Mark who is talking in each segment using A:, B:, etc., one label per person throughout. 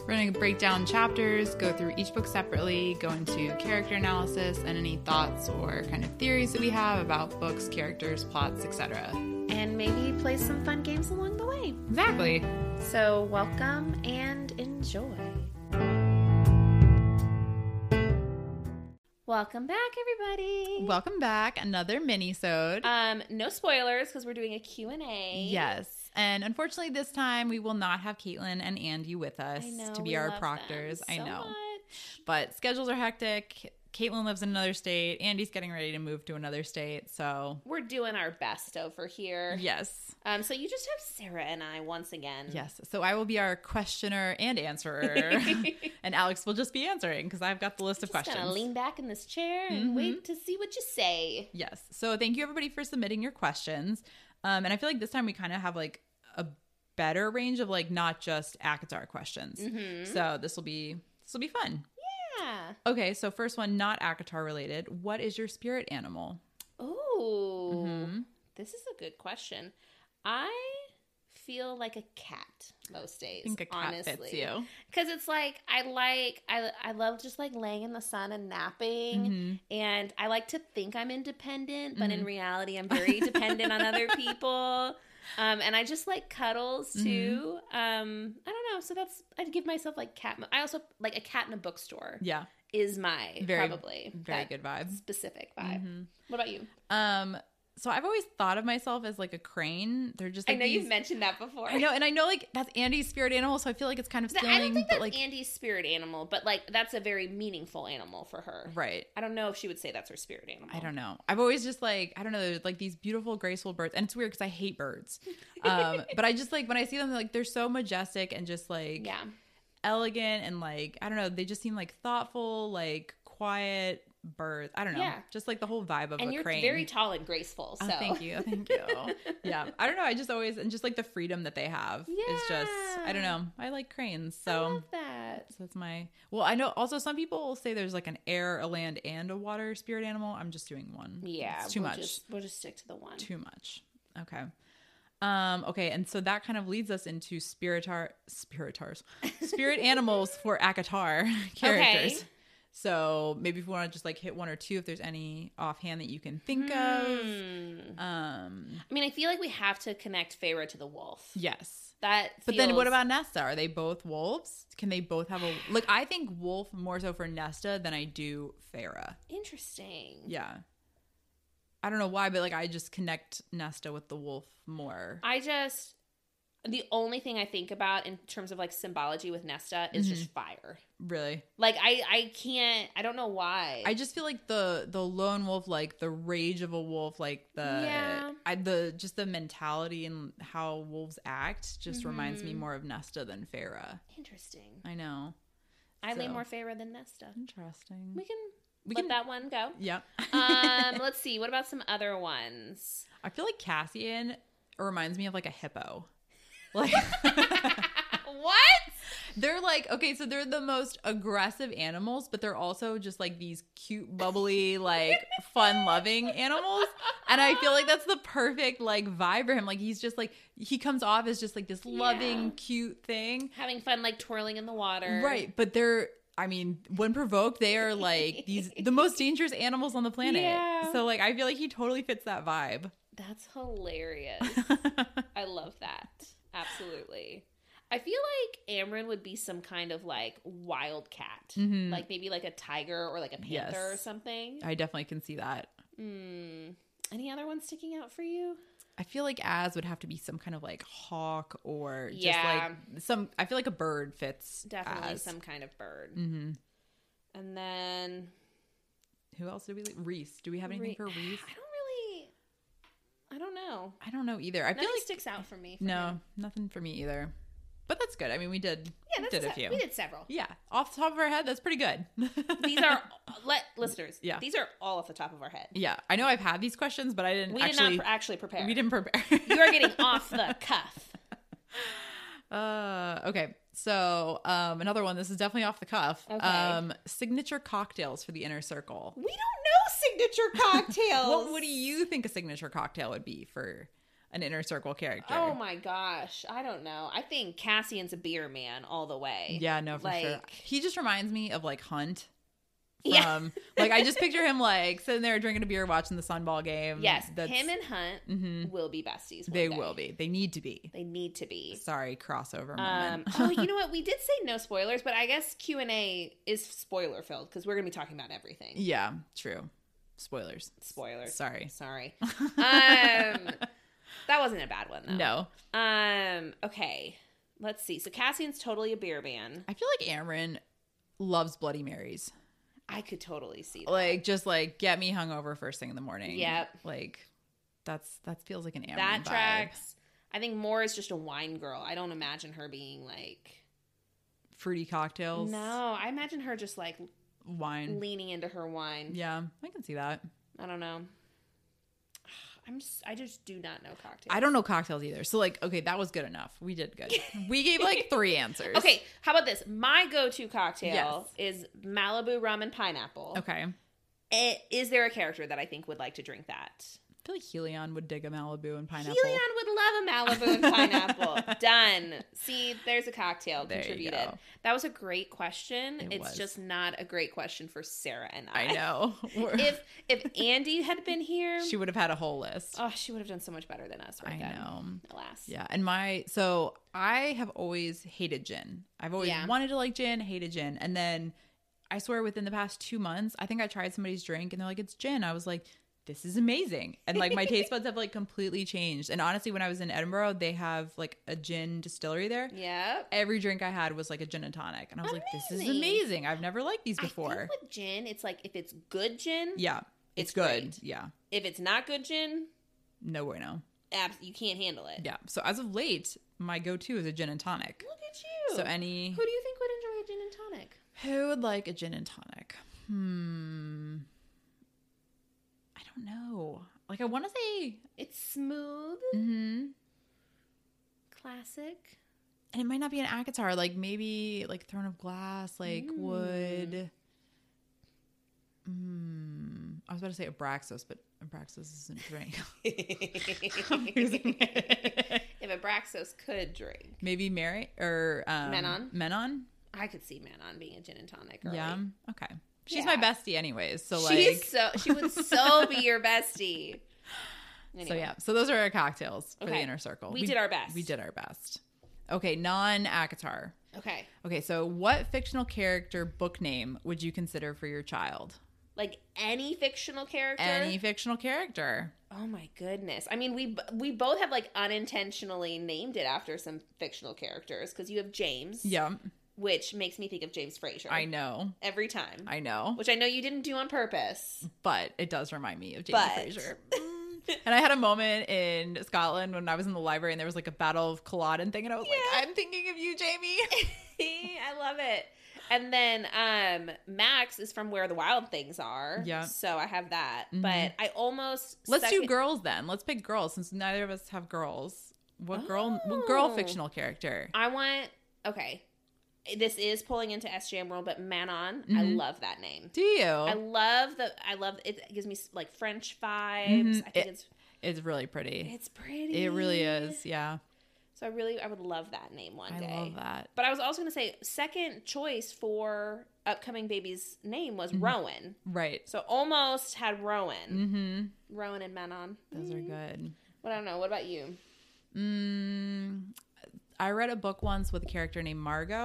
A: We're going to break down chapters, go through each book separately, go into character analysis and any thoughts or kind of theories that we have about books, characters, plots, etc.
B: And maybe play some fun games along the way.
A: Exactly.
B: So, welcome and enjoy. Welcome back, everybody.
A: Welcome back. Another mini-sode.
B: um, no spoilers because we're doing a Q&A.
A: Yes. And unfortunately, this time we will not have Caitlin and Andy with us
B: I know,
A: to be
B: we
A: our
B: love
A: proctors.
B: them
A: I
B: so
A: know.
B: much.
A: But schedules are hectic. Caitlin lives in another state. Andy's getting ready to move to another state. So,
B: We're doing our best over here.
A: yes.
B: Um, so you just have Sarah and I once again.
A: Yes. So I will be our questioner and answerer. and Alex will just be answering because I've got the list of
B: Just gonna
A: questions.
B: lean back in this chair and
A: Mhm.
B: wait to see what you say.
A: Yes. So thank you everybody for submitting your questions. Um, and I feel like this time we kind of have like a better range of like not just ACOTAR questions.
B: hmm
A: So this will be this will be fun.
B: yeah.
A: Okay, so first one, not ACOTAR related. What is your spirit animal?
B: Ooh.
A: Mhm.
B: This is a good question. I feel like a cat most days.
A: I think a cat
B: honestly.
A: fits you.
B: Cause it's like I like I I love just like laying in the sun and napping,
A: Mhm.
B: and I like to think I'm independent, but in
A: Mhm.
B: reality, I'm very dependent on other people. Um, and I just like cuddles too.
A: Mm-hmm.
B: Um, I don't know. So that's I'd give myself like cat. I also like a cat in a bookstore
A: Yeah,
B: is my
A: Very-
B: probably
A: very
B: that
A: good vibe.
B: specific vibe.
A: Mhm.
B: What about you?
A: Um, so I've always thought of myself as like a crane. They're just
B: I
A: like
B: know you've
A: these-
B: mentioned that before.
A: I know, and I know like that's Andy's spirit animal, so I feel like it's kind of
B: Th-
A: stealing.
B: I don't think
A: but
B: that's
A: like
B: Andy's spirit animal, but like that's a very meaningful animal for her.
A: right.
B: I don't know if she would say that's her spirit animal.
A: I don't know. I've always just like I don't know, there's, like these beautiful, graceful birds, and it's weird because I hate birds, um, but I just like when I see them, like they're so majestic and just like
B: Yeah.
A: elegant and like I don't know, they just seem like thoughtful, like quiet birds. I don't know,
B: Yeah.
A: just like the whole vibe of
B: And
A: a
B: you're
A: crane.
B: very tall and graceful. So
A: Oh, thank you, thank you. yeah, I don't know. I just always and just like the freedom that they have is just I don't
B: Yeah.
A: know. I like cranes,
B: I
A: so
B: love that.
A: So that's my. Well, I know also some people will say there's like an air, a land, and a water spirit animal. I'm just doing one.
B: Yeah.
A: It's too
B: we'll
A: much.
B: Just, we'll just stick to the one.
A: Too much. Okay. Um, okay, and so that kind of leads us into spiritar spiritars. Spirit animals for Akatar characters.
B: Okay.
A: So maybe if we want to just like hit one or two if there's any offhand that you can think
B: Hmm.
A: of. Um
B: I mean, I feel like we have to connect Feyre to the wolf.
A: yes.
B: That.
A: But then what
B: feels-
A: about Nesta? Are they both wolves? Can they both have a like I think wolf more so for Nesta than I do Farah.
B: Interesting.
A: Yeah. I don't know why, but like I just connect Nesta with the wolf more.
B: I just. The only thing I think about in terms of like symbology with Nesta is
A: Mm-hmm.
B: just fire.
A: really.
B: Like I, I can't. I don't know why.
A: I just feel like the the lone wolf, like the rage of a wolf, like the
B: Yeah.
A: I, the just the mentality and how wolves act just reminds me
B: Mhm.
A: more of Nesta than Farah.
B: Interesting.
A: I know.
B: I lean
A: So.
B: more Feyre than Nesta.
A: Interesting.
B: We can
A: We
B: let
A: can-
B: that one go.
A: yeah.
B: Um, let's see. What about some other ones?
A: I feel like Cassian reminds me of like a hippo. Like
B: what?
A: They're like, okay, so they're the most aggressive animals, but they're also just like these cute, bubbly, like fun loving animals. And I feel like that's the perfect like vibe for him. Like he's just like he comes off as just like this
B: Yeah.
A: loving, cute thing.
B: Having fun, like twirling in the water.
A: Right. But they're I mean, when provoked, they are like these the most dangerous animals on the planet.
B: Yeah.
A: So like I feel like he totally fits that vibe.
B: That's hilarious. I love that. Absolutely. I feel like Amryn would be some kind of like wild cat.
A: Mhm.
B: Like maybe like a tiger or like a panther
A: Yes.
B: or something.
A: I definitely can see that.
B: Hmm. Any other ones sticking out for you?
A: I feel like as would have to be some kind of like hawk or just
B: Yeah.
A: like some. I feel like a bird fits
B: Definitely
A: Az.
B: some kind of bird.
A: Mhm.
B: And then
A: Who else do we? Reese. Do we have anything
B: Re-
A: for Reese?
B: I don't really. I don't know.
A: I don't know either. I feel
B: Nothing
A: like
B: sticks out for me. for
A: no,
B: him.
A: nothing for me either. But that's good. I mean, we did
B: yeah, that's
A: Did a
B: se-
A: few.
B: We did several.
A: Yeah, off the top of our head, that's pretty good.
B: These are let listeners.
A: Yeah.
B: these are all off the top of our head.
A: yeah, I know I've had these questions, but I didn't
B: We
A: actually.
B: did not pre- actually prepare.
A: we didn't prepare.
B: You are getting off the cuff.
A: Uh, okay, so um, another one. This is definitely off the cuff.
B: Okay.
A: Um, signature cocktails for the inner circle.
B: We don't know signature cocktails.
A: What, what do you think a signature cocktail would be for an inner circle character?
B: Oh my gosh, I don't know. I think Cassian's a beer man all the way.
A: Yeah, no, for sure.
B: Like-
A: He just reminds me of like Hunt. From,
B: Yeah.
A: like I just picture him like sitting there drinking a beer, watching the Sunball game.
B: Yes, him and Hunt
A: hmm
B: will be besties. one
A: they
B: day.
A: will be. They need to be.
B: They need to be.
A: Sorry, crossover
B: Um,
A: moment.
B: oh, you know what? We did say no spoilers, but I guess Q and A is spoiler filled because we're going to be talking about everything.
A: yeah, true. Spoilers.
B: Spoilers.
A: Sorry.
B: Sorry. Um, that wasn't a bad one though.
A: No,
B: Um. Okay. Let's see. So Cassian's totally a beer man.
A: I feel like Amryn loves Bloody Marys.
B: I could totally see that.
A: Like just like get me hungover first thing in the morning.
B: Yep.
A: Like that's that feels like an Amryn
B: that
A: vibe.
B: tracks. I think Moore is just a wine girl. I don't imagine her being like.
A: Fruity cocktails.
B: No, I imagine her just like
A: Wine.
B: leaning into her wine.
A: Mm. Yeah, I can see that.
B: I don't know. I'm just. I just do not know cocktails.
A: I don't know cocktails either. So like, okay, that was good enough. We did good. We gave like three answers.
B: Okay, how about this? My go-to cocktail is Malibu rum and pineapple.
A: Okay. I
B: Eh, Is there a character that I think would like to drink that?
A: feel like Helion would dig a Malibu and pineapple.
B: Helion would love a Malibu and pineapple. Done. See, there's a cocktail
A: There you
B: contributed.
A: go.
B: That was a great question.
A: It
B: it's
A: was.
B: just not a great question for Sarah and I.
A: I know. We're-
B: If if Andy had been here,
A: she would have had a whole list.
B: oh, she would have done so much better than us. Right
A: I
B: then.
A: know.
B: Alas.
A: Yeah. And my so I have always hated gin. I've always
B: Yeah.
A: wanted to like gin, hated gin. And then I swear within the past two months, I think I tried somebody's drink and they're like, it's gin. I was like, this is amazing. And like my taste buds have like completely changed. And honestly, when I was in Edinburgh, they have like a gin distillery there.
B: Yep.
A: every drink I had was like a gin and tonic. And I was like, this is
B: Amazing.
A: amazing. I've never liked these
B: I
A: before.
B: think with gin, it's like if it's good gin,
A: yeah. It's,
B: It's
A: good.
B: great.
A: Yeah.
B: if it's not good gin,
A: No bueno.
B: abs- you can't handle it.
A: Yeah. So as of late, my go to is a gin and tonic.
B: Look at you.
A: So any
B: Who do you think would enjoy a gin and tonic?
A: who would like a gin and tonic? Hmm. I don't know. Like I want to say,
B: It's smooth,
A: hmm
B: classic.
A: and it might not be an Akatar. Like maybe like Throne of Glass. Like
B: Mm.
A: would. Hmm. I was about to say Abraxas, but Abraxas isn't a drink.
B: if Abraxos could drink,
A: Maybe Mary or um,
B: Menon?
A: Menon.
B: I could see Manon being a gin and tonic. Early.
A: Yeah. Okay. She's
B: Yeah.
A: my bestie, anyways. So like.
B: she is so she would so be your bestie.
A: So
B: Anyway,
A: yeah. So those are our cocktails for the
B: Okay.
A: inner circle.
B: we, did our best.
A: We did our best. Okay, non Akatar.
B: okay.
A: Okay, so what fictional character book name would you consider for your child?
B: Like any fictional character.
A: Any fictional character.
B: oh my goodness! I mean, we b- we both have like unintentionally named it after some fictional characters because you have James,
A: Yeah,
B: which makes me think of James Frazier.
A: I know.
B: every time,
A: I know.
B: which I know you didn't do on purpose.
A: but it does remind me of James
B: But. mm.
A: Fraser. and I had a moment in Scotland when I was in the library and there was like a battle of Culloden thing, and I was
B: Yeah.
A: like, I'm thinking of you, Jamie.
B: I love it. And then um Max is from Where the Wild Things Are.
A: Yeah.
B: So I have that.
A: Mhm.
B: But I almost
A: Let's
B: second-
A: do girls then. Let's pick girls since neither of us have girls. What girl? What girl
B: Oh.
A: fictional character?
B: I want okay. This is pulling into SJM world, but Manon, I
A: Mhm.
B: love that name.
A: Do you?
B: I love the I love it gives me like French vibes.
A: Mhm.
B: I think
A: It-
B: it's
A: it's really pretty.
B: it's pretty.
A: It really is. Yeah,
B: So I really I would love that name one
A: I
B: day.
A: love that.
B: But I was also gonna say second choice for upcoming baby's name was
A: Mhm.
B: Rowan.
A: Right.
B: So almost had Rowan.
A: Mm-hmm.
B: Rowan and Manon.
A: Those are
B: Mm.
A: good.
B: Well, I don't know. What about you?
A: Mm, I read a book once with a character named Margot,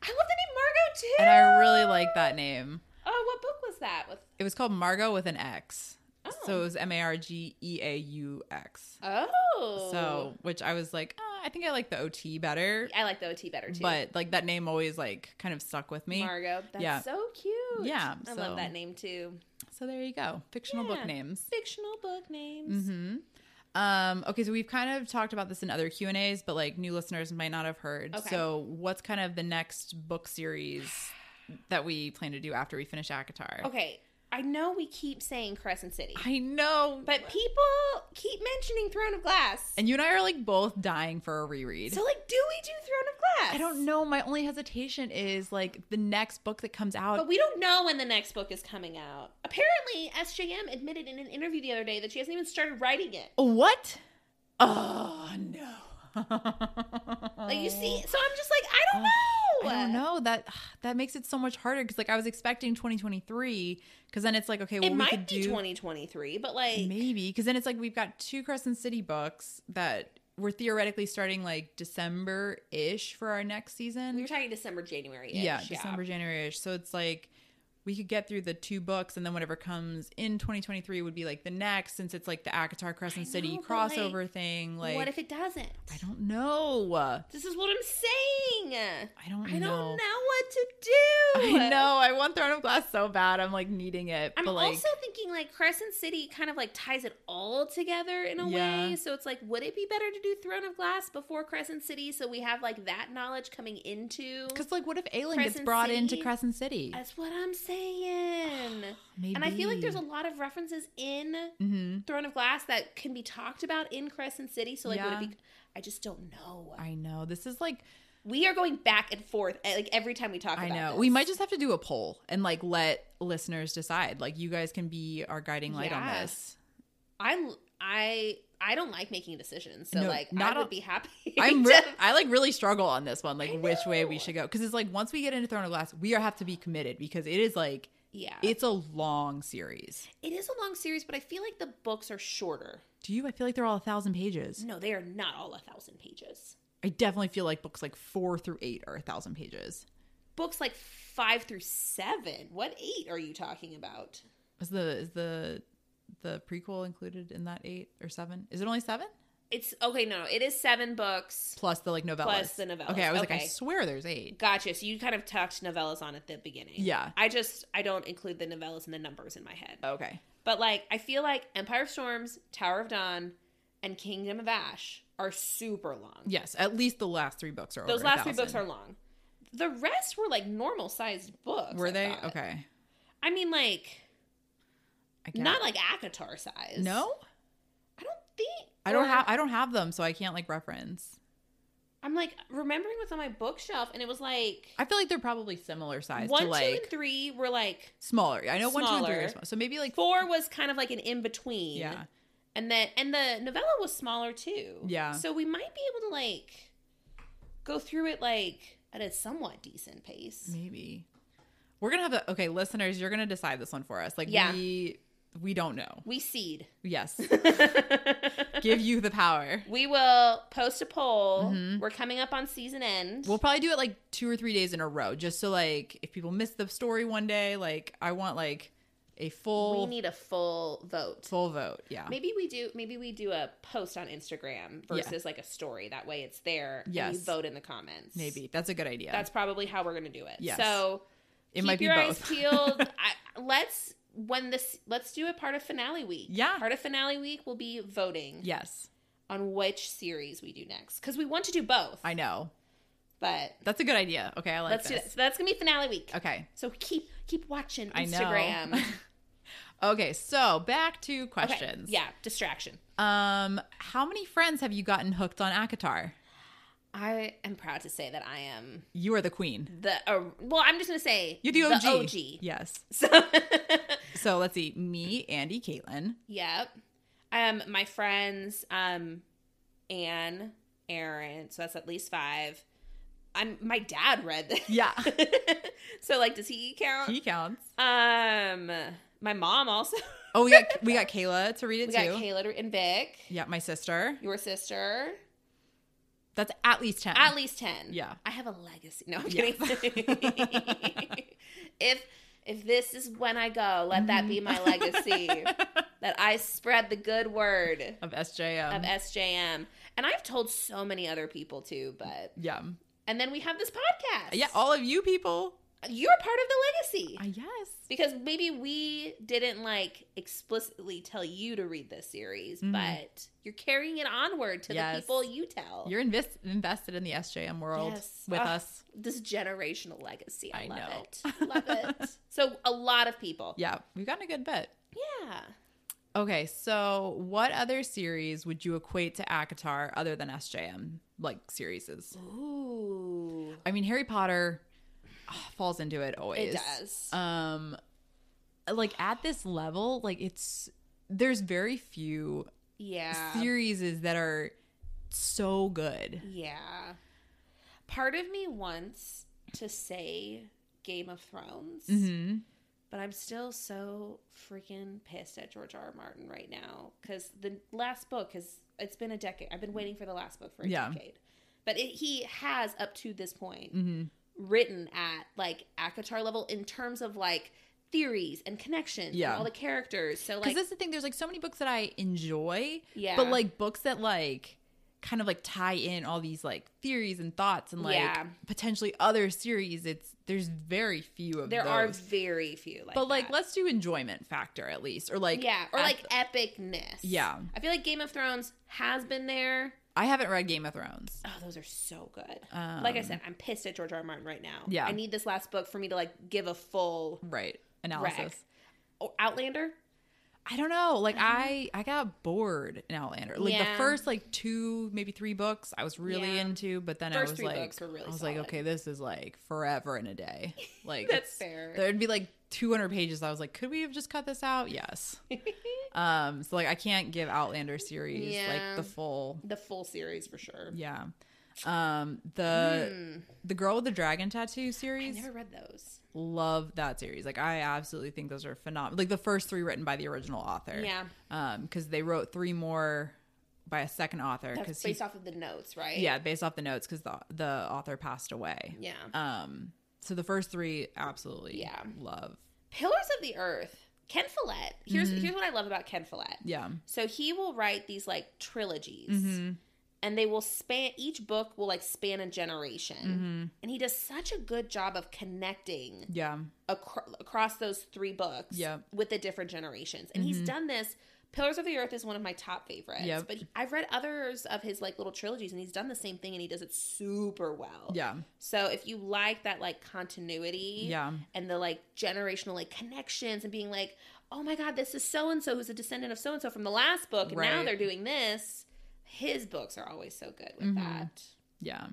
B: I love the name Margot too.
A: and I really like that name.
B: oh, what book was that? With
A: It was called Margot with an X.
B: oh,
A: So it was M A R G E A U X.
B: oh,
A: So, which I was like, "Ah, I think I like the OT better,
B: I like the OT better too.
A: but like that name always like kind of stuck with me.
B: Margot, that's
A: Yeah.
B: so cute.
A: Yeah,
B: I
A: so-
B: love that name too.
A: so there you go, fictional
B: Yeah.
A: book names.
B: Fictional book names.
A: hmm Um, okay, so we've kind of talked about this in other Q and A's, but like new listeners might not have heard.
B: Okay.
A: So, what's kind of the next book series that we plan to do after we finish Akatar?
B: Okay, I know we keep saying Crescent City,
A: I know,
B: but people keep mentioning Throne of Glass.
A: and you and I are like both dying for a reread.
B: so, like, do we do Throne of Glass?
A: I don't know. My only hesitation is like the next book that comes out.
B: But we don't know when the next book is coming out. Apparently, SJM admitted in an interview the other day that she hasn't even started writing it.
A: what? Oh no!
B: Like, you see, so I'm just like, I don't know.
A: Oh, I don't know that that makes it so much harder because like I was expecting 2023 because then it's like okay, well
B: It
A: we
B: might
A: could
B: be
A: do
B: 2023, but like,
A: maybe because then it's like we've got two Crescent City books that we're theoretically starting like December ish for our next season.
B: we were talking December, January.
A: yeah, December January ish. So it's like we could get through the two books and then whatever comes in 2023 would be like the next since it's like the Akatar Crescent
B: I
A: City
B: know, but, like,
A: crossover thing. Like
B: what if it doesn't?
A: I don't know. I
B: This is what I'm saying.
A: don't
B: I
A: know.
B: don't know what to do.
A: I know. I want Throne of Glass so bad. I'm like needing it.
B: I'm
A: but like,
B: also thinking like Crescent City kind of like ties it all together in a
A: Yeah.
B: way. So it's like, would it be better to do Throne of Glass before Crescent City so we have like that knowledge coming into?
A: because like, what if Aelin gets
B: Crescent
A: brought into
B: City?
A: Crescent City?
B: That's what I'm saying.
A: Maybe.
B: and I feel like there's a lot of references in
A: hmm
B: Throne of Glass that can be talked about in Crescent City. So like, would
A: Yeah.
B: it be? I just don't know.
A: I know. This is like.
B: we are going back and forth eh, like every time we talk.
A: I
B: about
A: know.
B: this.
A: We might just have to do a poll and like let listeners decide. Like you guys can be our guiding light on
B: Yeah.
A: this.
B: I I I don't like making decisions, so
A: No,
B: like
A: not
B: I would
A: a-
B: be happy.
A: I'm
B: to-
A: re- I like really struggle on this one, like
B: I
A: which way we
B: know.
A: should go. Because it's like once we get into Throne of Glass, we are have to be committed because it is like
B: yeah.
A: it's a long series.
B: It is a long series, but I feel like the books are shorter.
A: Do you? I feel like they're all a thousand pages.
B: No, they are not all a thousand pages.
A: I definitely feel like books like four through eight are a thousand pages.
B: Books like five through seven. What eight are you talking about?
A: Is the is the the prequel included in that eight or seven? Is it only seven
B: It's okay. No, it is seven books.
A: plus the like novellas?
B: Plus the novellas.
A: Okay, I was like, I
B: Okay.
A: swear there's eight.
B: Gotcha. So you kind of tucked novellas on at the beginning.
A: Yeah.
B: I just I don't include the novellas and the numbers in my head.
A: Okay.
B: But like I feel like Empire of Storms, Tower of Dawn, and Kingdom of Ash are super long.
A: Yes, at least the last three books are.
B: Those
A: over
B: last three books
A: 1,000.
B: are long. The rest were like normal sized books.
A: Were
B: I
A: they
B: thought.
A: okay?
B: I mean, like
A: I can't.
B: not like Akatar size.
A: no.
B: I don't think.
A: I don't
B: or-
A: have I don't have them, so I can't like reference.
B: I'm like remembering what's on my bookshelf, and it was like
A: I feel like they're probably similar size
B: one,
A: to like
B: two, and three were like
A: smaller. I know one, two, and three are
B: Smaller.
A: small. So maybe like
B: four was kind of like an in between.
A: Yeah,
B: and then and the novella was smaller too.
A: Yeah.
B: so we might be able to like go through it like at a somewhat decent pace.
A: maybe we're gonna have a okay, listeners. You're gonna decide this one for us. Like
B: Yeah.
A: we we don't know.
B: We seed.
A: Yes, give you the power.
B: we will post a poll.
A: Mhm.
B: We're coming up on season end.
A: We'll probably do it like two or three days in a row, just so like if people miss the story one day, like I want like a
B: we
A: full
B: need a full vote.
A: full vote. Yeah,
B: Maybe we do. Maybe we do a post on Instagram versus like a story. That way, it's there. And you
A: Yes.
B: vote in the comments.
A: maybe that's a good idea.
B: that's probably how we're gonna do it.
A: Yes.
B: So
A: it
B: keep
A: might be
B: your
A: both.
B: eyes peeled. I, let's when this. Let's do a part of finale week.
A: Yeah.
B: part of finale week will be voting
A: yes,
B: on which series we do next because we want to do both.
A: I know
B: but
A: that's a good idea. Okay, I like
B: let's do
A: this.
B: that. So that's gonna be finale week.
A: Okay.
B: So keep keep watching
A: I know.
B: Instagram.
A: Okay, so back to
B: Okay.
A: questions.
B: Yeah, distraction.
A: Yeah. Um, how many friends have you gotten hooked on Akatar?
B: I am proud to say that I am
A: You are the queen.
B: the. Uh, well, I'm just gonna say
A: You're the OG.
B: OG.
A: Yes.
B: So,
A: So let's see. Me, Andy, Caitlin.
B: yep. Um, my friends, um, Anne, Aaron. So that's at least five. I'm. My dad read this.
A: Yeah.
B: so like, does he count?
A: He counts.
B: um, my mom also.
A: Oh, we got we got Kayla to read it
B: we
A: too.
B: got Kayla to- and Vic,
A: yeah, my sister.
B: your sister.
A: That's at least ten.
B: At least ten.
A: Yeah.
B: I have a legacy. No, I'm
A: Yeah.
B: kidding. if if this is when I go, let that be my legacy. that I spread the good word
A: of SJM.
B: of SJM. And I've told so many other people too, but
A: yeah.
B: and then we have this podcast.
A: Yeah, all of you people.
B: You're part of the legacy.
A: I yes.
B: because maybe we didn't like explicitly tell you to read this series,
A: Mhm.
B: but you're carrying it onward to
A: Yes.
B: the people you tell.
A: You're invest- invested in the SJM world
B: Yes.
A: with
B: Ugh.
A: us.
B: this generational legacy. I,
A: I
B: love
A: know.
B: it. Love it. So a lot of people.
A: Yeah, we've gotten a good bit.
B: Yeah.
A: Okay, so what other series would you equate to ACOTAR other than SJM like series?
B: Ooh.
A: I mean, Harry Potter ugh, falls into it always.
B: It does.
A: Um, like at this level, like it's there's very few
B: yeah.
A: series that are so good.
B: yeah. Part of me wants to say Game of Thrones,
A: hmm
B: but I'm still so freaking pissed at George R. R. Martin right now because the last book has it's been a decade. I've been waiting for the last book for a
A: Yeah.
B: decade, but it, he has up to this point
A: hmm
B: written at like ACOTAR level in terms of like theories and connections
A: Yeah.
B: and all the characters. So
A: Because
B: like
A: that's the thing. There's like so many books that I enjoy,
B: yeah,
A: but like books that like kind of like tie in all these like theories and thoughts and like
B: Yeah.
A: potentially other series. It's there's very few of
B: there
A: those.
B: are very few. Like
A: but like
B: that.
A: let's do enjoyment factor at least, or like
B: yeah, or
A: at-
B: like epicness.
A: Yeah.
B: I feel like Game of Thrones has been there.
A: I haven't read Game of Thrones.
B: Oh, those are so good.
A: Um,
B: like I said, I'm pissed at George R. R. Martin right now.
A: Yeah.
B: I need this last book for me to like give a full
A: right analysis.
B: Wreck. oh, Outlander.
A: I don't know. Like
B: Uh-huh.
A: I, I got bored in Outlander. Like
B: Yeah.
A: the first like two, maybe three books, I was really
B: Yeah.
A: into. But then
B: First
A: I was
B: three
A: like,
B: books were really
A: I was like,
B: solid.
A: okay, this is like forever in a day. Like
B: That's
A: it's-
B: fair.
A: There'd be like 200 pages. I was like, could we have just cut this out? Yes. um. So like, I can't give Outlander series
B: Yeah.
A: like the full.
B: the full series for sure.
A: Yeah. Um. The
B: Hmm.
A: the girl with the dragon tattoo
B: I
A: series.
B: never read those.
A: Love that series. Like I absolutely think those are phenomenal. Like the first three written by the original author
B: Yeah,
A: um because they wrote three more by a second author
B: that's
A: because he
B: based off of the notes, right?
A: yeah based off the notes because the the author passed away
B: yeah.
A: um so the first three absolutely
B: Yeah.
A: love
B: Pillars of the Earth. Ken Follett. Here's
A: Mhm.
B: here's what I love about Ken Follett.
A: yeah
B: So he will write these like trilogies,
A: hmm
B: and they will span. Each book will like span a generation,
A: hmm
B: and he does such a good job of connecting
A: yeah
B: acro- across those three books
A: Yep.
B: with the different generations. And he's
A: Mhm.
B: done this. Pillars of the Earth is one of my top favorites,
A: Yep.
B: but he- I've read others of his like little trilogies, and he's done the same thing, and he does it super well.
A: yeah
B: So if you like that like continuity,
A: yeah
B: and the like generational like connections and being like, oh my god, this is so and so who's a descendant of so and so from the last book, and now
A: Right.
B: they're doing this. His books are always so good with
A: Mhm.
B: that. Oh,
A: yeah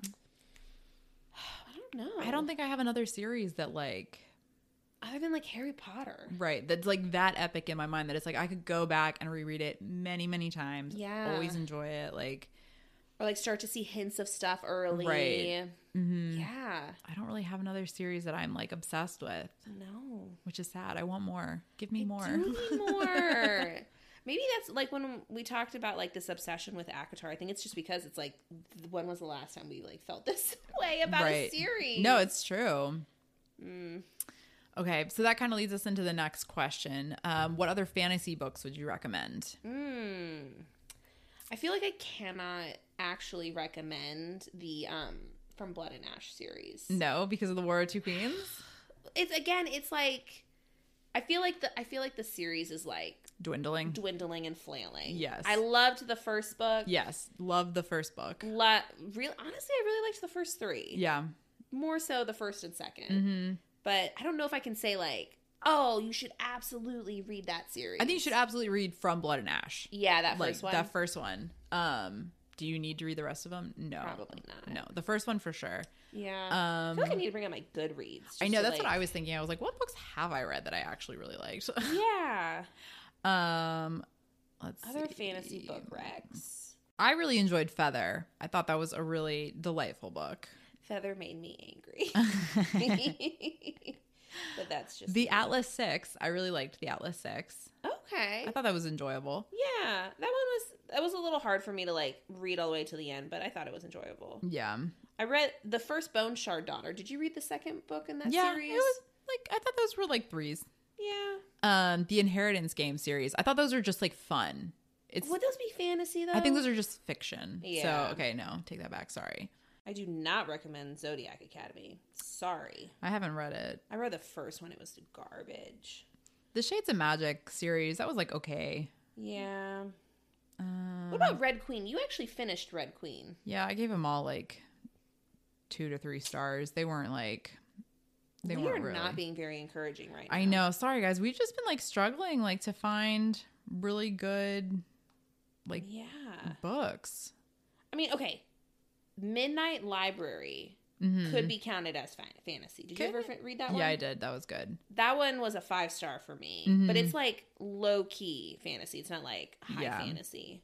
B: I don't know.
A: i don't think i have another series that like
B: other than like Harry Potter.
A: right that's like that epic in my mind that it's like i could go back and reread it many many times
B: Yeah.
A: always enjoy it like
B: Or like start to see hints of stuff early.
A: Right. mhm.
B: Yeah.
A: i don't really have another series that i'm like obsessed with
B: No.
A: which is sad. I want more. Give me
B: I
A: more.
B: do need more. Maybe that's like when we talked about like this obsession with ACOTAR. I think it's just because it's like when was the last time we like felt this way about a
A: Right.
B: series?
A: no, it's true.
B: Mm.
A: Okay, so that kind of leads us into the next question. Um, what other fantasy books would you recommend?
B: Mm. I feel like I cannot actually recommend the um From Blood and Ash series.
A: No, because of the War of Two Queens.
B: It's again, it's like I feel like the I feel like the series is like
A: Dwindling.
B: dwindling and flailing.
A: Mm. Yes.
B: I loved the first book.
A: yes, love the first book.
B: Lo- real honestly, I really liked the first three.
A: Yeah.
B: More so the first and 2nd
A: hmm
B: But I don't know if I can say like, oh, you should absolutely read that series.
A: I think you should absolutely read From Blood and Ash.
B: Yeah, that
A: like
B: first one.
A: that first one. Um, do you need to read the rest of them? No,
B: Probably not.
A: No, the first one for sure.
B: yeah.
A: Um,
B: I feel like I need to bring up my Goodreads.
A: I
B: just
A: know
B: to,
A: that's what
B: like-
A: I was thinking. I was like, what books have I read that I actually really liked?
B: Yeah.
A: Um, let's
B: Other
A: see.
B: fantasy book Rex.
A: I really enjoyed Feather. I thought that was a really delightful book.
B: Feather made me angry. but that's just
A: the
B: me.
A: Atlas Six. I really liked the Atlas Six.
B: Okay.
A: I thought that was enjoyable.
B: yeah, that one was that was a little hard for me to like read all the way to the end, but I thought it was enjoyable.
A: Yeah,
B: I read the first Bone Shard Daughter. Did you read the second book in that
A: yeah.
B: series?
A: It was like I thought those were like threes.
B: yeah.
A: Um, the Inheritance Game series. I thought those are just like fun. It's.
B: Would those be fantasy though?
A: I think those are just fiction.
B: Yeah.
A: So okay, no, take that back. Sorry.
B: I do not recommend Zodiac Academy. Sorry.
A: I haven't read it.
B: I read the first one, it was garbage.
A: The Shades of Magic series, that was like okay.
B: Yeah.
A: Um,
B: What about Red Queen? You actually finished Red Queen.
A: Yeah, I gave them all like two to three stars. They weren't like they
B: we
A: weren't
B: are
A: really.
B: not being very encouraging right now.
A: I know. Sorry guys, we've just been like struggling like to find really good like
B: Yeah.
A: books.
B: I mean, okay. Midnight Library
A: Mhm.
B: could be counted as fan- fantasy. Did you
A: Could
B: ever
A: it?
B: f- read that one?
A: yeah, I did. That was good.
B: That one was a five star for me, but
A: Mhm.
B: it's like low key fantasy. It's not like high
A: Yeah.
B: fantasy.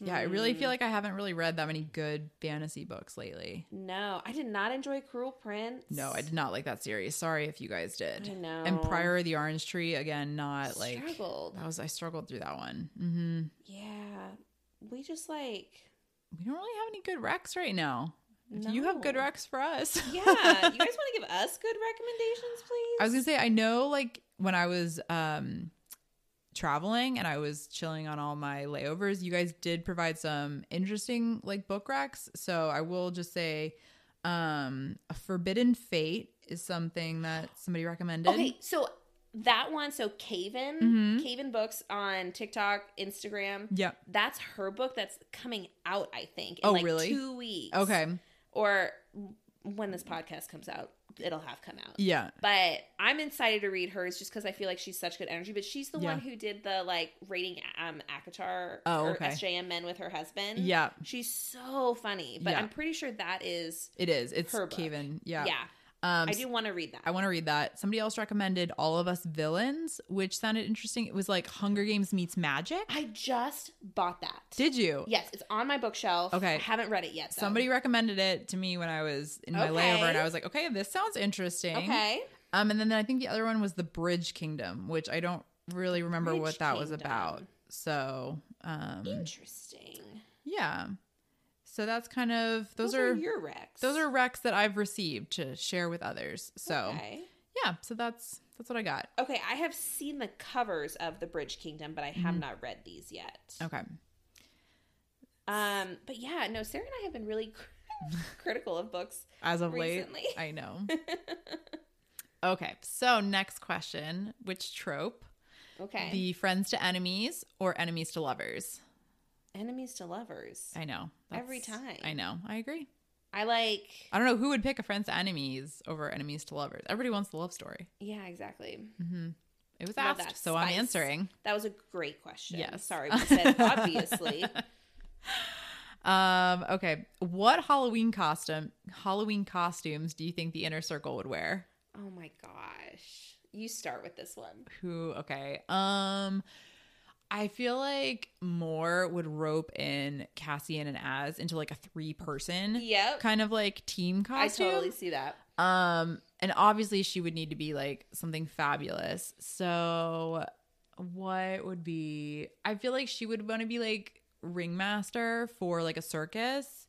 A: Yeah, I really
B: Hmm.
A: feel like I haven't really read that many good fantasy books lately.
B: No, I did not enjoy Cruel Prince.
A: No, I did not like that series. Sorry if you guys did.
B: I know.
A: And Prior of the Orange Tree again, not like
B: struggled.
A: that was I struggled through that one. hmm
B: Yeah, we just like
A: We don't really have any good recs right now. If You have good
B: no.
A: recs for us.
B: yeah, you guys want to give us good recommendations, please?
A: I was gonna say I know like when I was um traveling and I was chilling on all my layovers, you guys did provide some interesting like book racks. So I will just say um a forbidden fate is something that somebody recommended.
B: Okay, so that one, so Caven,
A: Mhm.
B: Caven Books on TikTok, Instagram.
A: Yep.
B: That's her book that's coming out, I think. In
A: Mm-hmm. Oh,
B: like
A: really?
B: Two weeks.
A: Okay.
B: Or when this podcast comes out, it'll have come out.
A: Yeah.
B: But I'm excited to read hers just because I feel like she's such good energy. But she's the
A: Yeah.
B: one who did the like rating um ACOTAR
A: Oh,
B: or
A: okay.
B: SJM men with her husband.
A: Yeah.
B: She's so funny. But
A: Yeah.
B: I'm pretty sure that is
A: It is. It's
B: Her book.
A: Caven. Yeah.
B: yeah.
A: Um
B: I do want to read that.
A: I want to read that. Somebody else recommended All of Us Villains, which sounded interesting. It was like Hunger Games meets Magic.
B: I just bought that.
A: Did you?
B: Yes, it's on my bookshelf.
A: Okay.
B: I haven't read it yet. Though.
A: Somebody recommended it to me when I was in my layover, and
B: Okay.
A: I was like, okay, this sounds interesting.
B: Okay.
A: Um, and then I think the other one was The Bridge Kingdom, which I don't really remember
B: Bridge
A: what that was
B: Kingdom.
A: about. So, um,
B: Interesting.
A: yeah. So that's kind of those, are,
B: your Rex.
A: those are recs that I've received to share with others. So
B: Okay.
A: yeah, so that's that's what I got.
B: Okay, I have seen the covers of The Bridge Kingdom, but I have
A: Mhm.
B: not read these yet.
A: Okay.
B: Um, but yeah, no, Sarah and I have been really critical of books
A: As of late,
B: recently.
A: I know. okay. So next question: Which trope?
B: Okay.
A: The friends to enemies or enemies to lovers?
B: Enemies to lovers. I,
A: I know.
B: Every
A: That's-
B: time.
A: I know. I agree.
B: like
A: I don't know who would pick a friends to enemies over enemies to lovers. Everybody wants the love story.
B: Yeah, exactly.
A: hmm It was
B: Love
A: asked,
B: that
A: so I'm
B: spice.
A: answering.
B: That was a great question.
A: Yes.
B: Sorry, we said obviously.
A: Um, okay. What Halloween costume Halloween costumes do you think the inner circle would wear?
B: Oh my gosh. You start with this one.
A: Who okay. Um I feel like Moore would rope in Cassian and Az into like a three person
B: Yep.
A: kind of like team
B: I
A: costume.
B: totally see that.
A: Um, and obviously she would need to be like something fabulous. So what would be I feel like she would want to be like ringmaster for like a circus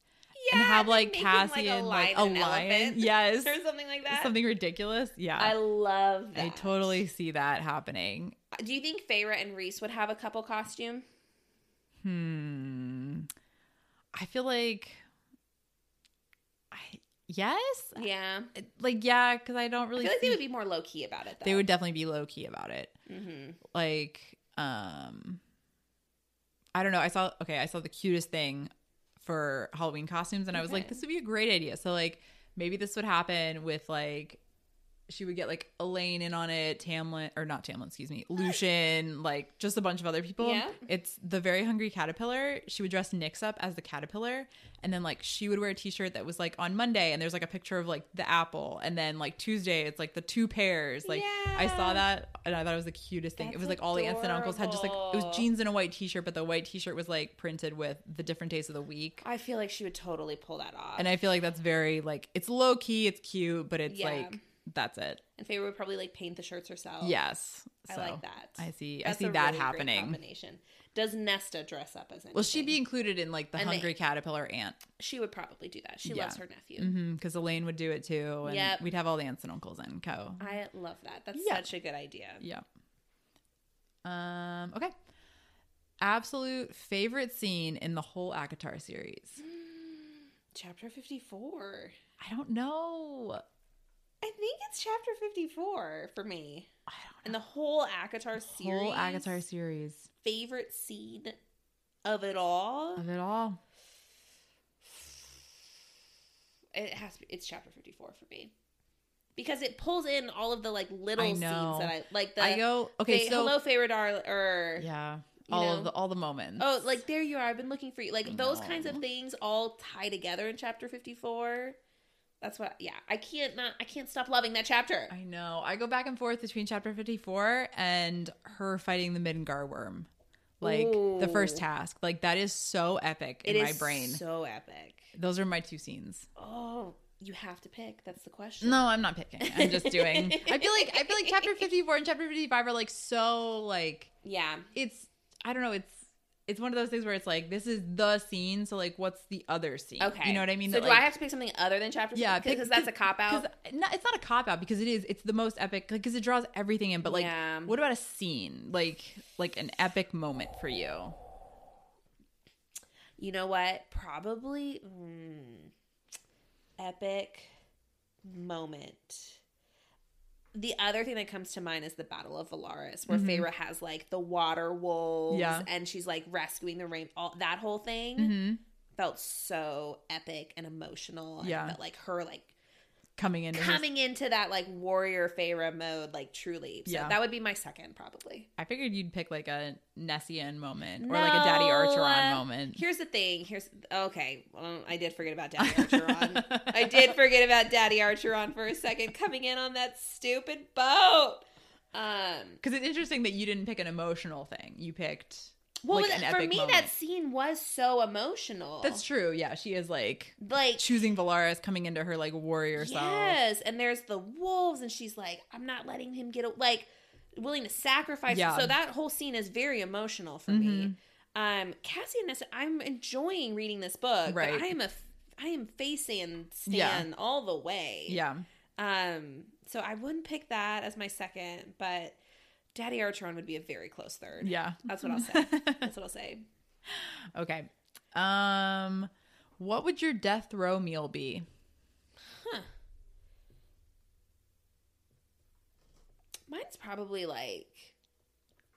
B: Yeah.
A: and have like
B: making,
A: Cassie and like a
B: and an
A: lion.
B: elephant
A: Yes.
B: Or something like that.
A: Something ridiculous.
B: I
A: Yeah.
B: love
A: I,
B: that.
A: totally see that happening.
B: Do you think Feyre and Reese would have a couple costume?
A: Hmm. I feel like I yes?
B: Yeah.
A: Like yeah, cuz I don't
B: I
A: really
B: feel like they
A: see-
B: would be more low key about it though.
A: they would definitely be low key about it.
B: hmm
A: like um i don't know i saw okay i saw the cutest thing for halloween costumes and i was like
B: Okay.
A: this would be a great idea so like maybe this would happen with like she would get like elaine in on it tamlin or not tamlin excuse me lucian like just a bunch of other people
B: Yeah.
A: it's the very hungry caterpillar she would dress nyx up as the caterpillar and then like she would wear a t-shirt that was like on monday and there's like a picture of like the apple and then like tuesday it's like the two pairs like I
B: Yeah.
A: saw that and I thought it was the cutest thing. it
B: That's
A: was like all the aunts and uncles had just like it
B: adorable.
A: was jeans and a white t-shirt, but the white t-shirt was like printed with the different days of the week.
B: I feel like she would totally pull that off.
A: And I feel like that's very like it's low key, it's cute, but it's
B: Yeah.
A: like that's it.
B: and Feyre would probably like paint the shirts herself.
A: Yes.
B: I
A: So,
B: like that.
A: I see
B: That's
A: I see
B: a
A: that
B: really great
A: happening.
B: combination. Does Nesta dress up as anything?
A: Will she be included in like the
B: And the-
A: hungry caterpillar aunt?
B: She would probably do that. She
A: Yeah.
B: loves her nephew.
A: Mm-hmm. Because Elaine would do it too, and
B: Yep.
A: we'd have all the aunts and uncles in co.
B: I love that. That's
A: Yeah.
B: such a good idea.
A: Yeah. Um. Okay. Absolute favorite scene in the whole Avatar series.
B: Chapter 54.
A: I don't know.
B: I think it's chapter 54 for me.
A: I
B: And the whole Akatar
A: don't know.
B: series.
A: Whole Agatar series
B: Favorite scene of it all.
A: of it all.
B: It has to be, it's chapter 54 for me. Because it pulls in all of the like little
A: I
B: scenes that
A: know.
B: I like the
A: I go okay.
B: fa-
A: so
B: hello Faradar or
A: yeah,
B: you
A: all
B: know.
A: of the all the moments.
B: Oh, like there you are. I've been looking for you. Like
A: I
B: those kinds of
A: know.
B: things all tie together in chapter 54. That's what yeah, I can't not I can't stop loving that chapter.
A: I know. I go back and forth between chapter 54 and her fighting the Midgar worm. Like the first
B: Ooh.
A: task. Like that is so epic
B: It
A: in
B: is
A: my brain.
B: so epic.
A: Those are my two scenes.
B: Oh, you have to pick. That's the question.
A: No, I'm not picking. I'm just doing. I feel like I feel like chapter 54 and chapter 55 are like so like
B: Yeah.
A: it's I don't know, it's it's one of those things where it's like this is the scene, so like what's the other scene?
B: Okay.
A: You know what I mean?
B: So
A: That,
B: do
A: like-
B: I have to pick something other than chapter?
A: Yeah, pick-
B: because that's a cop
A: Because
B: out.
A: no, it's not a cop out because it is. It's the most epic because it draws everything in. But like,
B: Yeah.
A: what about a scene? Like, like an epic moment for you?
B: You know what? Probably mm, epic moment. The other thing that comes to mind is the Battle of Valaris, where
A: Mhm.
B: Feyre has like the water wolves,
A: Yeah.
B: and she's like rescuing the rain. All that whole thing
A: Mm-hmm.
B: felt so epic and emotional. And
A: Yeah.
B: felt like her like
A: Coming in,
B: coming into that like warrior Feyre mode, like truly. So
A: Yeah.
B: that would be my second, probably.
A: I figured you'd pick like a Nessian moment or like a Daddy Archeron
B: No. uh,
A: moment.
B: Here's the thing. Here's okay. Well, I did forget about Daddy Archeron. I did forget about Daddy Archeron for a second coming in on that stupid boat. Um,
A: Because it's interesting that you didn't pick an emotional thing. You picked.
B: well,
A: Like
B: but
A: an
B: for
A: epic
B: me, that
A: moment.
B: scene was so emotional.
A: That's true. Yeah, she is like
B: Like
A: choosing Valaris, coming into her like warrior self.
B: yes, and there's the wolves, and she's like, "I'm not letting him get a-, like willing to sacrifice."
A: Yeah.
B: So that whole scene is very emotional for me.
A: Mhm.
B: Um, Cassie and Nessa, I'm enjoying reading this book.
A: Right.
B: But I am a, f- I am facing Stan
A: Yeah.
B: all the way.
A: Yeah.
B: Um, so I wouldn't pick that as my second, but Daddy Archeron would be a very close third.
A: Yeah.
B: That's what I'll say. That's what I'll say.
A: okay. Um, what would your death row meal be?
B: Mine's probably like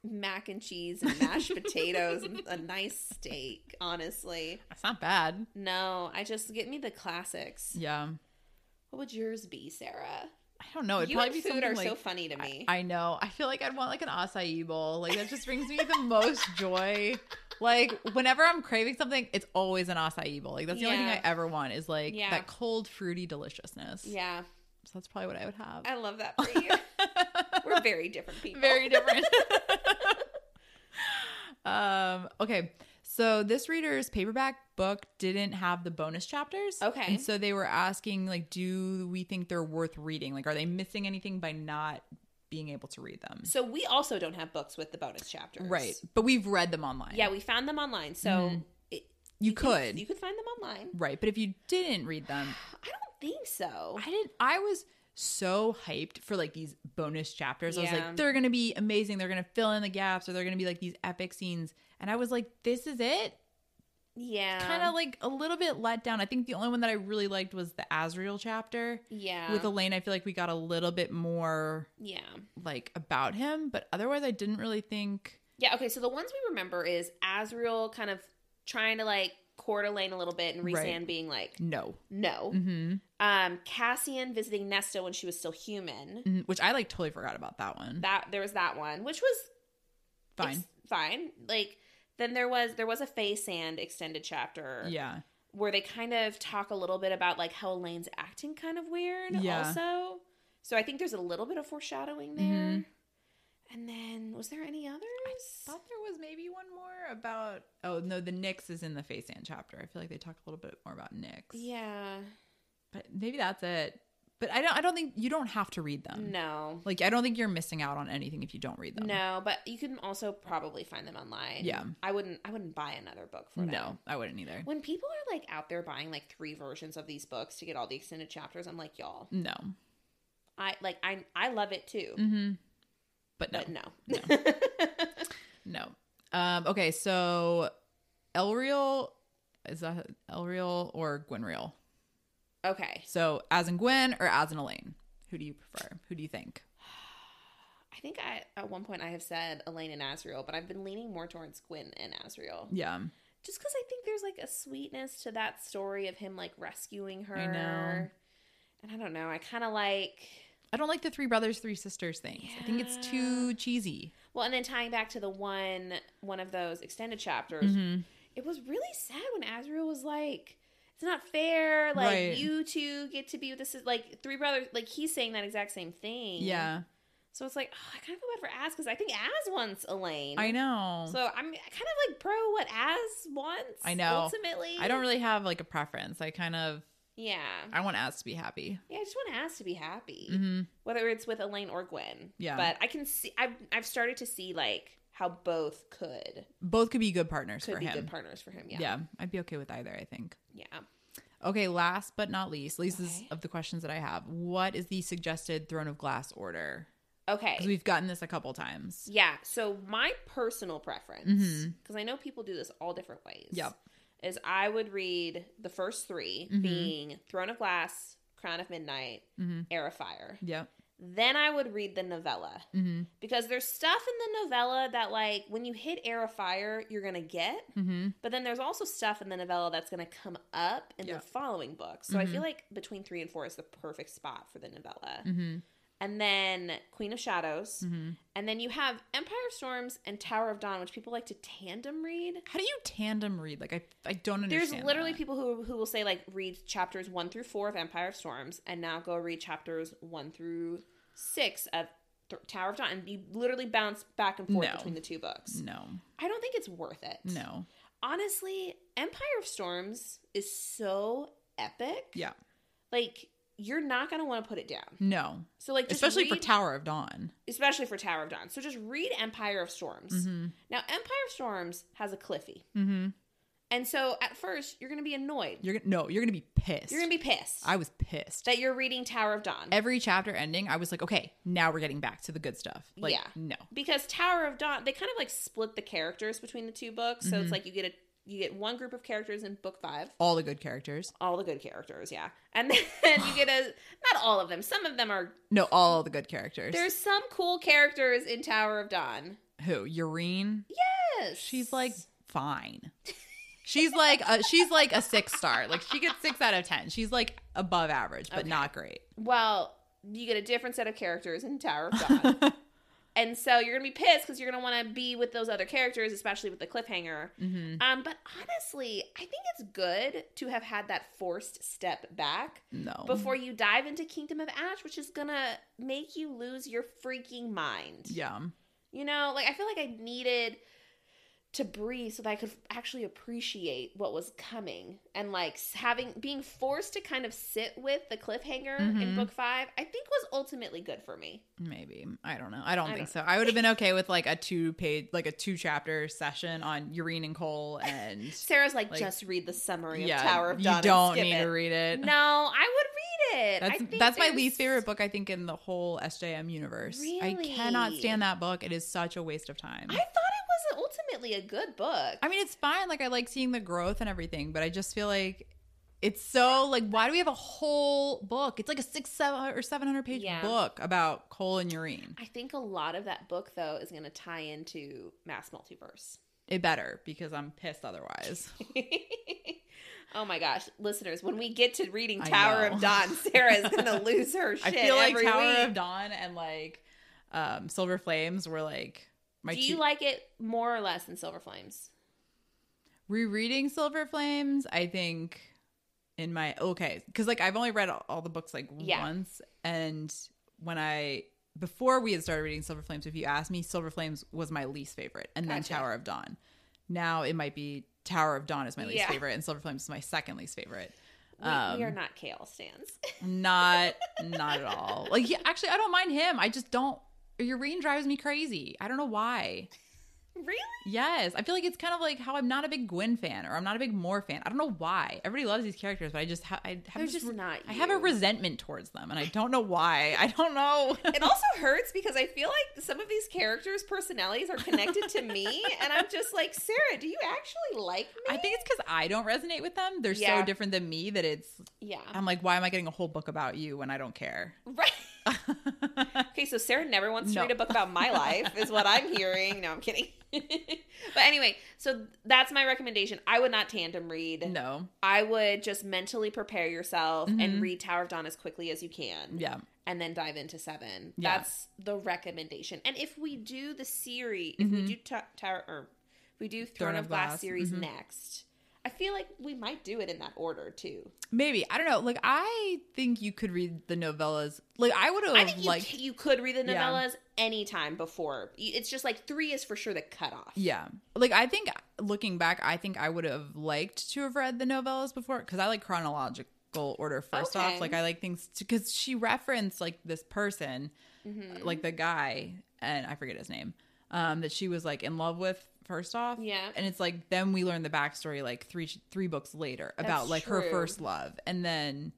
B: mac and cheese and mashed potatoes and a nice steak, honestly.
A: That's not bad.
B: No, I just get me the classics.
A: Yeah.
B: What would yours be, Sarah?
A: I don't know. Oh, It'd
B: you
A: probably
B: and
A: be
B: food
A: something
B: are
A: like.
B: so funny to me.
A: I know. I feel like I'd want like an acai bowl. Like that just brings me the most joy. Like whenever I'm craving something, it's always an acai bowl. Like that's the only
B: Yeah.
A: thing I ever want is like
B: Yeah.
A: that cold fruity deliciousness.
B: yeah,
A: So that's probably what I would have.
B: I love that for you. We're very different people.
A: Very different. um. Okay. So this reader's paperback book didn't have the bonus chapters.
B: Okay.
A: And so they were asking, like, do we think they're worth reading? Like, are they missing anything by not being able to read them?
B: So we also don't have books with the bonus chapters.
A: Right. But we've read them online.
B: Yeah, we found them online. So
A: Mhm.
B: it,
A: You could.
B: you could Oh. find them online.
A: right. But if you didn't read them,
B: I don't think so.
A: I didn't I was so hyped for like these bonus chapters. I was
B: Yeah.
A: like, they're gonna be amazing. They're gonna fill in the gaps or they're gonna be like these epic scenes. And I was like, this is it?
B: yeah.
A: Kind of like a little bit let down. I think the only one that I really liked was the Azrael chapter.
B: yeah.
A: With Elaine, I feel like we got a little bit more
B: yeah.
A: like about him, but otherwise I didn't really think
B: Yeah, okay, so the ones we remember is Azriel kind of trying to like court Elaine a little bit and
A: Right. Mm.
B: Rhysand being like,
A: no.
B: no.
A: hmm
B: Um Cassian visiting Nesta when she was still human.
A: Mm-hmm. Which I like totally forgot about that one.
B: That there was that one, which was
A: Fine.
B: ex- fine. Like then there was there was a Fae Sand extended chapter.
A: Yeah.
B: where they kind of talk a little bit about like how Elaine's acting kind of weird
A: Yeah.
B: also. So I think there's a little bit of foreshadowing there.
A: Mhm.
B: And then was there any others?
A: thought there was maybe one more about oh no the Nyx is in the face and chapter i feel like they talk a little bit more about Nyx.
B: yeah.
A: but maybe that's it but i don't i don't think you don't have to read them
B: no.
A: like i don't think you're missing out on anything if you don't read them
B: No, but you can also probably find them online.
A: Yeah.
B: I wouldn't I wouldn't buy another book for that.
A: no i wouldn't either
B: When people are like out there buying like three versions of these books to get all the extended chapters, I'm like, y'all,
A: no
B: I like I I love it too.
A: mm-hmm but no
B: But no.
A: no um okay so elriel is that Elreal or Gwynreal?
B: Okay.
A: So as in Gwen or as in Elaine? Who do you prefer? Who do you think?
B: I think I at one point I have said Elaine and Asriel, but I've been leaning more towards Gwyn and Asriel.
A: Yeah.
B: Just because I think there's like a sweetness to that story of him like rescuing her.
A: know.
B: And I don't know. I kind of like.
A: I don't like the three brothers, three sisters things. I think it's too cheesy.
B: Well, and then tying back to the one one of those extended chapters,
A: Mhm.
B: it was really sad when Azriel was like, "It's not fair. Like
A: Right.
B: you two get to be with this is like three brothers. Like he's saying that exact same thing.
A: Yeah.
B: So it's like oh, I kind of feel bad for Az because I think Az wants Elaine.
A: I know.
B: So I'm kind of like pro what Az wants.
A: I know.
B: Ultimately,
A: I don't really have like a preference. I kind of
B: Yeah,
A: I want Az to be happy.
B: yeah. I just want Az to be happy,
A: hmm
B: whether it's with Elaine or Gwen.
A: Yeah.
B: But I can see. I've I've started to see like how both could
A: Both could be good partners
B: could
A: for
B: be
A: him.
B: good partners for him. Yeah.
A: yeah. I'd be okay with either. I think.
B: Yeah.
A: Okay, last but not least, least is
B: Okay.
A: of the questions that I have. What is the suggested Throne of Glass order?
B: Okay.
A: Because we've gotten this a couple times.
B: Yeah. So my personal preference, because
A: Mhm.
B: I know people do this all different ways.
A: Yep.
B: Is I would read the first 3
A: Mhm.
B: being Throne of Glass, Crown of Midnight,
A: Mm-hmm.
B: Air of Fire.
A: Yep.
B: Then I would read the novella
A: hmm
B: because there's stuff in the novella that like when you hit Air of Fire, you're gonna get,
A: hmm
B: but then there's also stuff in the novella that's gonna come up in
A: Yeah.
B: the following book. So I
A: Mhm.
B: feel like between three and four is the perfect spot for the novella.
A: hmm
B: And then Queen of Shadows.
A: hmm
B: And then you have Empire of Storms and Tower of Dawn, which people like to tandem read.
A: How do you tandem read? Like I, I don't
B: There's
A: understand.
B: literally
A: that.
B: people who who will say like read chapters one through four of Empire of Storms, and now go read chapters one through six of Th- Tower of Dawn, and you literally bounce back and forth
A: No.
B: between the two books.
A: No,
B: I don't think it's worth it.
A: no.
B: honestly, Empire of Storms is so epic.
A: Yeah.
B: like you're not gonna want to put it down.
A: No,
B: So like, just
A: especially for
B: read-
A: Tower of Dawn.
B: especially for Tower of Dawn. So just read Empire of Storms.
A: Mm-hmm.
B: Now, Empire of Storms has a Cliffy.
A: Mm-hmm.
B: And so at first, you're going to be annoyed. You're,
A: You're gonna no, you're gonna be pissed.
B: going to be pissed
A: I was pissed.
B: that you're reading Tower of Dawn.
A: Every chapter ending, I was like, okay, now we're getting back to the good stuff. Like,
B: Yeah.
A: no,
B: because Tower of Dawn, they kind of like split the characters between the two books. So
A: Mhm.
B: it's like you get a you get one group of characters in book 5,
A: all the good characters.
B: all the good characters, yeah. And then you get a not all of them. Some of them are
A: No, all the good characters.
B: there's some cool characters in Tower of Dawn.
A: who? Eurene.
B: Yes.
A: She's like fine. She's like a, she's like a six star. Like she gets six out of ten. She's like above average, but
B: Okay.
A: not great.
B: well, you get a different set of characters in Tower of Dawn. and so you're going to be pissed cuz you're going to want to be with those other characters, especially with the cliffhanger.
A: hmm
B: Um, but honestly, I think it's good to have had that forced step back
A: No.
B: before you dive into Kingdom of Ash, which is gonna make you lose your freaking mind.
A: Yeah.
B: You know, like I feel like I needed to breathe so that I could actually appreciate what was coming and like s- having being forced to kind of sit with the cliffhanger
A: Mhm.
B: in book 5 I think was ultimately good for me.
A: Maybe. I don't know. I don't
B: I
A: think
B: don't
A: so. I would have been okay with like a two page, like a two chapter session on Urine and Cole and
B: Sarah's like,
A: Like,
B: just read the summary of
A: yeah,
B: Tower of Dawn.
A: you
B: and
A: don't
B: skip
A: need
B: it.
A: to read it.
B: No, I would read it. I
A: That's
B: think
A: that's my
B: there's-
A: least favorite book I think in the whole SJM universe. I cannot
B: Really?
A: stand that book. It is such a waste of time.
B: I thought it was ultimately a good book.
A: I mean, it's fine. Like I like seeing the growth and everything, but I just feel like it's so like why do we have a whole book? It's like a six, seven, or seven hundred page
B: Yeah.
A: book about Cole and Urine.
B: I think a lot of that book though is going to tie into mass multiverse.
A: It better because I'm pissed otherwise.
B: oh my gosh, listeners! When we get to reading
A: I
B: Tower
A: know.
B: of Dawn, Sarah is going to lose her shit.
A: I feel like
B: every
A: Tower
B: week.
A: of Dawn and like um, Silver Flames were like my
B: Do you
A: two-
B: like it more or less than Silver Flames?
A: rereading Silver Flames. I think in my okay because like I've only read all, all the books like
B: Yeah.
A: once, and when I before we had started reading Silver Flames, if you asked me, Silver Flames was my least favorite, and
B: Gotcha.
A: then Tower of Dawn. Now it might be Tower of Dawn is my least
B: Yeah.
A: favorite, and Silver Flames is my second least favorite.
B: We,
A: Um,
B: we are not kale stands.
A: Not, not at all. Like, he, actually, I don't mind him. I just don't. Urine drives me crazy. I don't know why.
B: Really?
A: Yes, I feel like it's kind of like how I'm not a big Gwen fan or I'm not a big Moore fan. I don't know why. Everybody loves these characters, but I just ha- I have
B: They're
A: this
B: just
A: re-
B: not.
A: I have a
B: you.
A: resentment towards them, and I don't know why. I don't know.
B: it also hurts because I feel like some of these characters' personalities are connected to me, and I'm just like, Sarah, do you actually like me?
A: I think it's because I don't resonate with them. They're
B: Yeah.
A: so different than me that it's.
B: yeah.
A: I'm like, why am I getting a whole book about you when I don't care?
B: Right. Okay, so Sarah never wants to
A: No.
B: read a book about my life, is what I'm hearing. No, I'm kidding. but anyway, so that's my recommendation. I would not tandem read.
A: no.
B: I would just mentally prepare yourself and
A: Mhm.
B: read Tower of Dawn as quickly as you can.
A: Yeah.
B: and then dive into seven.
A: Yeah.
B: That's the recommendation. And if we do the series, if we
A: Mhm.
B: do Ta- Tower, or if we do Throne, of Glass, series
A: mhm.
B: next, I feel like we might do it in that order too.
A: Maybe. I don't know. Like, I think you could read the novellas. Like, I would
B: I
A: have
B: think you,
A: liked.
B: ca- you could read the
A: Yeah.
B: novellas anytime before. You- It's just like three is for sure the cutoff.
A: Yeah. Like I think looking back, I think I would have liked to have read the novellas before because I like chronological order first
B: Okay.
A: off. Like I like things because she referenced like this person,
B: Mhm.
A: like the guy, and I forget his name, um, that she was like in love with first off.
B: Yeah.
A: And it's like then we learn the backstory like three three books later about
B: That's
A: like her
B: true.
A: first love, and then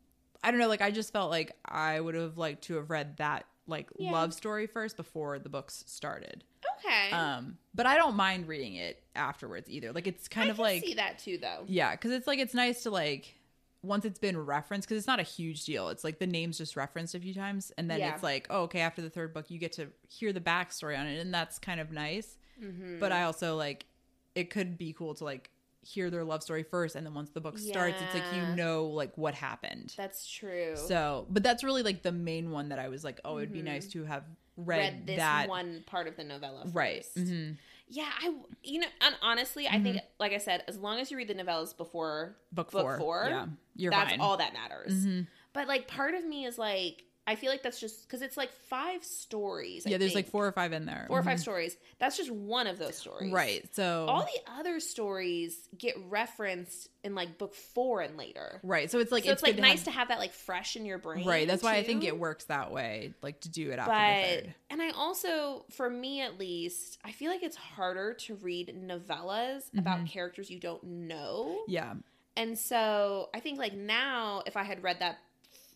A: I don't know. Like I just felt like I would have liked to have read that like
B: Yeah.
A: love story first before the books started.
B: Okay.
A: Um, but I don't mind reading it afterwards either. Like it's kind
B: I
A: of
B: can
A: like
B: see that too, though.
A: yeah, because it's like it's nice to like once it's been referenced because it's not a huge deal. It's like the name's just referenced a few times, and then
B: Yeah.
A: it's like oh okay, after the third book you get to hear the backstory on it, and that's kind of nice.
B: Mhm.
A: But I also like it could be cool to like hear their love story first, and then once the book starts, it's like
B: Yeah.
A: you know like what happened.
B: that's true.
A: So, but that's really like the main one that I was like, oh, it'd be
B: Mhm.
A: nice to have read,
B: read, this
A: that
B: one part of the novella.
A: right.
B: first.
A: hmm
B: Yeah, I you know, and honestly, I
A: Mm-hmm.
B: think like I said, as long as you read the novellas before
A: book
B: Book
A: four.
B: four?
A: Yeah, you're
B: that's
A: fine.
B: all that matters.
A: Mhm.
B: But like part of me is like I feel like that's just cuz it's like five stories. I
A: Yeah, there's like
B: think.
A: four or five in there.
B: 4 or
A: Mhm.
B: 5 stories. That's just one of those stories.
A: Right. So
B: All the other stories get referenced in like book 4 and later.
A: right. So it's like
B: so it's, like
A: good
B: nice
A: have-
B: to have that like fresh in your brain.
A: right. That's why I think
B: too.
A: it works that way, like to do it after the
B: but
A: third.
B: and i also for me at least i feel like it's harder to read novellas about characters you don't know
A: Mm-hmm. Yeah.
B: and so i think like now if i had read that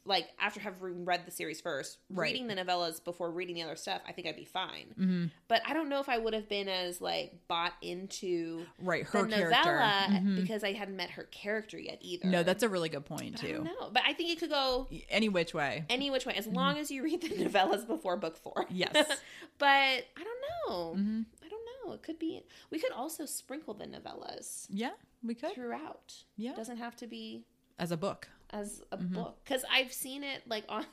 B: like after having read the series first
A: Right.
B: reading the novellas before reading the other stuff i think i'd be fine
A: Mhm.
B: but i don't know if i would have been as like bought into
A: Right.
B: the
A: Her character.
B: novella
A: Mhm.
B: because i hadn't met her character yet either
A: No, that's a really good point
B: but i don't
A: too.
B: know but i think it could go
A: Any which way.
B: any which way as long as you read the novellas before book four
A: Mm-hmm. Yes.
B: but I don't know.
A: hmm
B: I don't know. It could be. We could also sprinkle the novellas
A: Yeah, we could.
B: throughout.
A: Yeah,
B: It doesn't have to be
A: as a book,
B: as a
A: Mhm.
B: book because I've seen it like on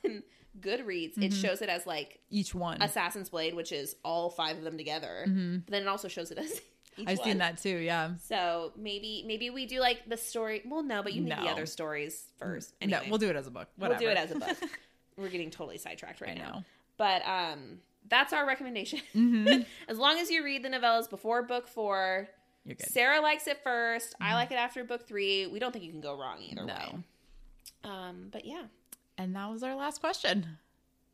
B: Goodreads. It
A: Mhm.
B: shows it as like
A: each one.
B: Assassin's Blade, which is all five of them together.
A: hmm
B: But then it also shows it as. Each
A: I've
B: one.
A: seen that too. Yeah.
B: So maybe maybe we do like the story. Well, no, but you need the
A: No.
B: other stories first.
A: No,
B: Anyway,
A: we'll do it as a book.
B: We'll do it as
A: Whatever.
B: a book. we're getting totally sidetracked right
A: I
B: now.
A: know.
B: But um, that's our recommendation.
A: Mhm.
B: as long as you read the novellas before book four,
A: You're good.
B: Sarah likes it 1st I like it after book three. We don't think you can go wrong either
A: No.
B: way. Um, but yeah.
A: And that was our last question.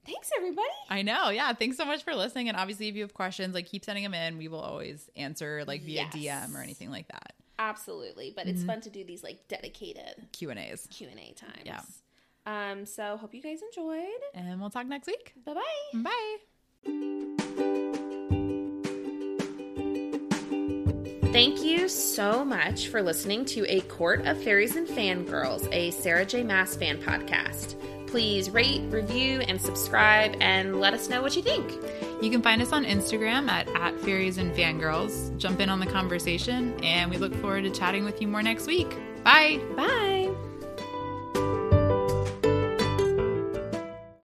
B: Thanks everybody.
A: I know. Yeah. Thanks so much for listening. And obviously, if you have questions, like keep sending them in. We will always answer like via
B: Yes.
A: DM or anything like that.
B: Absolutely. But it's
A: Mhm.
B: fun to do these like dedicated
A: Q and A's.
B: Q and A times.
A: Yeah.
B: Um, so hope you guys enjoyed.
A: And we'll talk next week.
B: Bye bye.
A: Bye.
B: Thank you so much for listening to A Court of Fairies and Fangirls, a Sarah J. Mass fan podcast. Please rate, review, and subscribe and let us know what you think.
A: You can find us on Instagram at, at Fairies and Fangirls. Jump in on the conversation, and we look forward to chatting with you more next week. Bye.
B: Bye.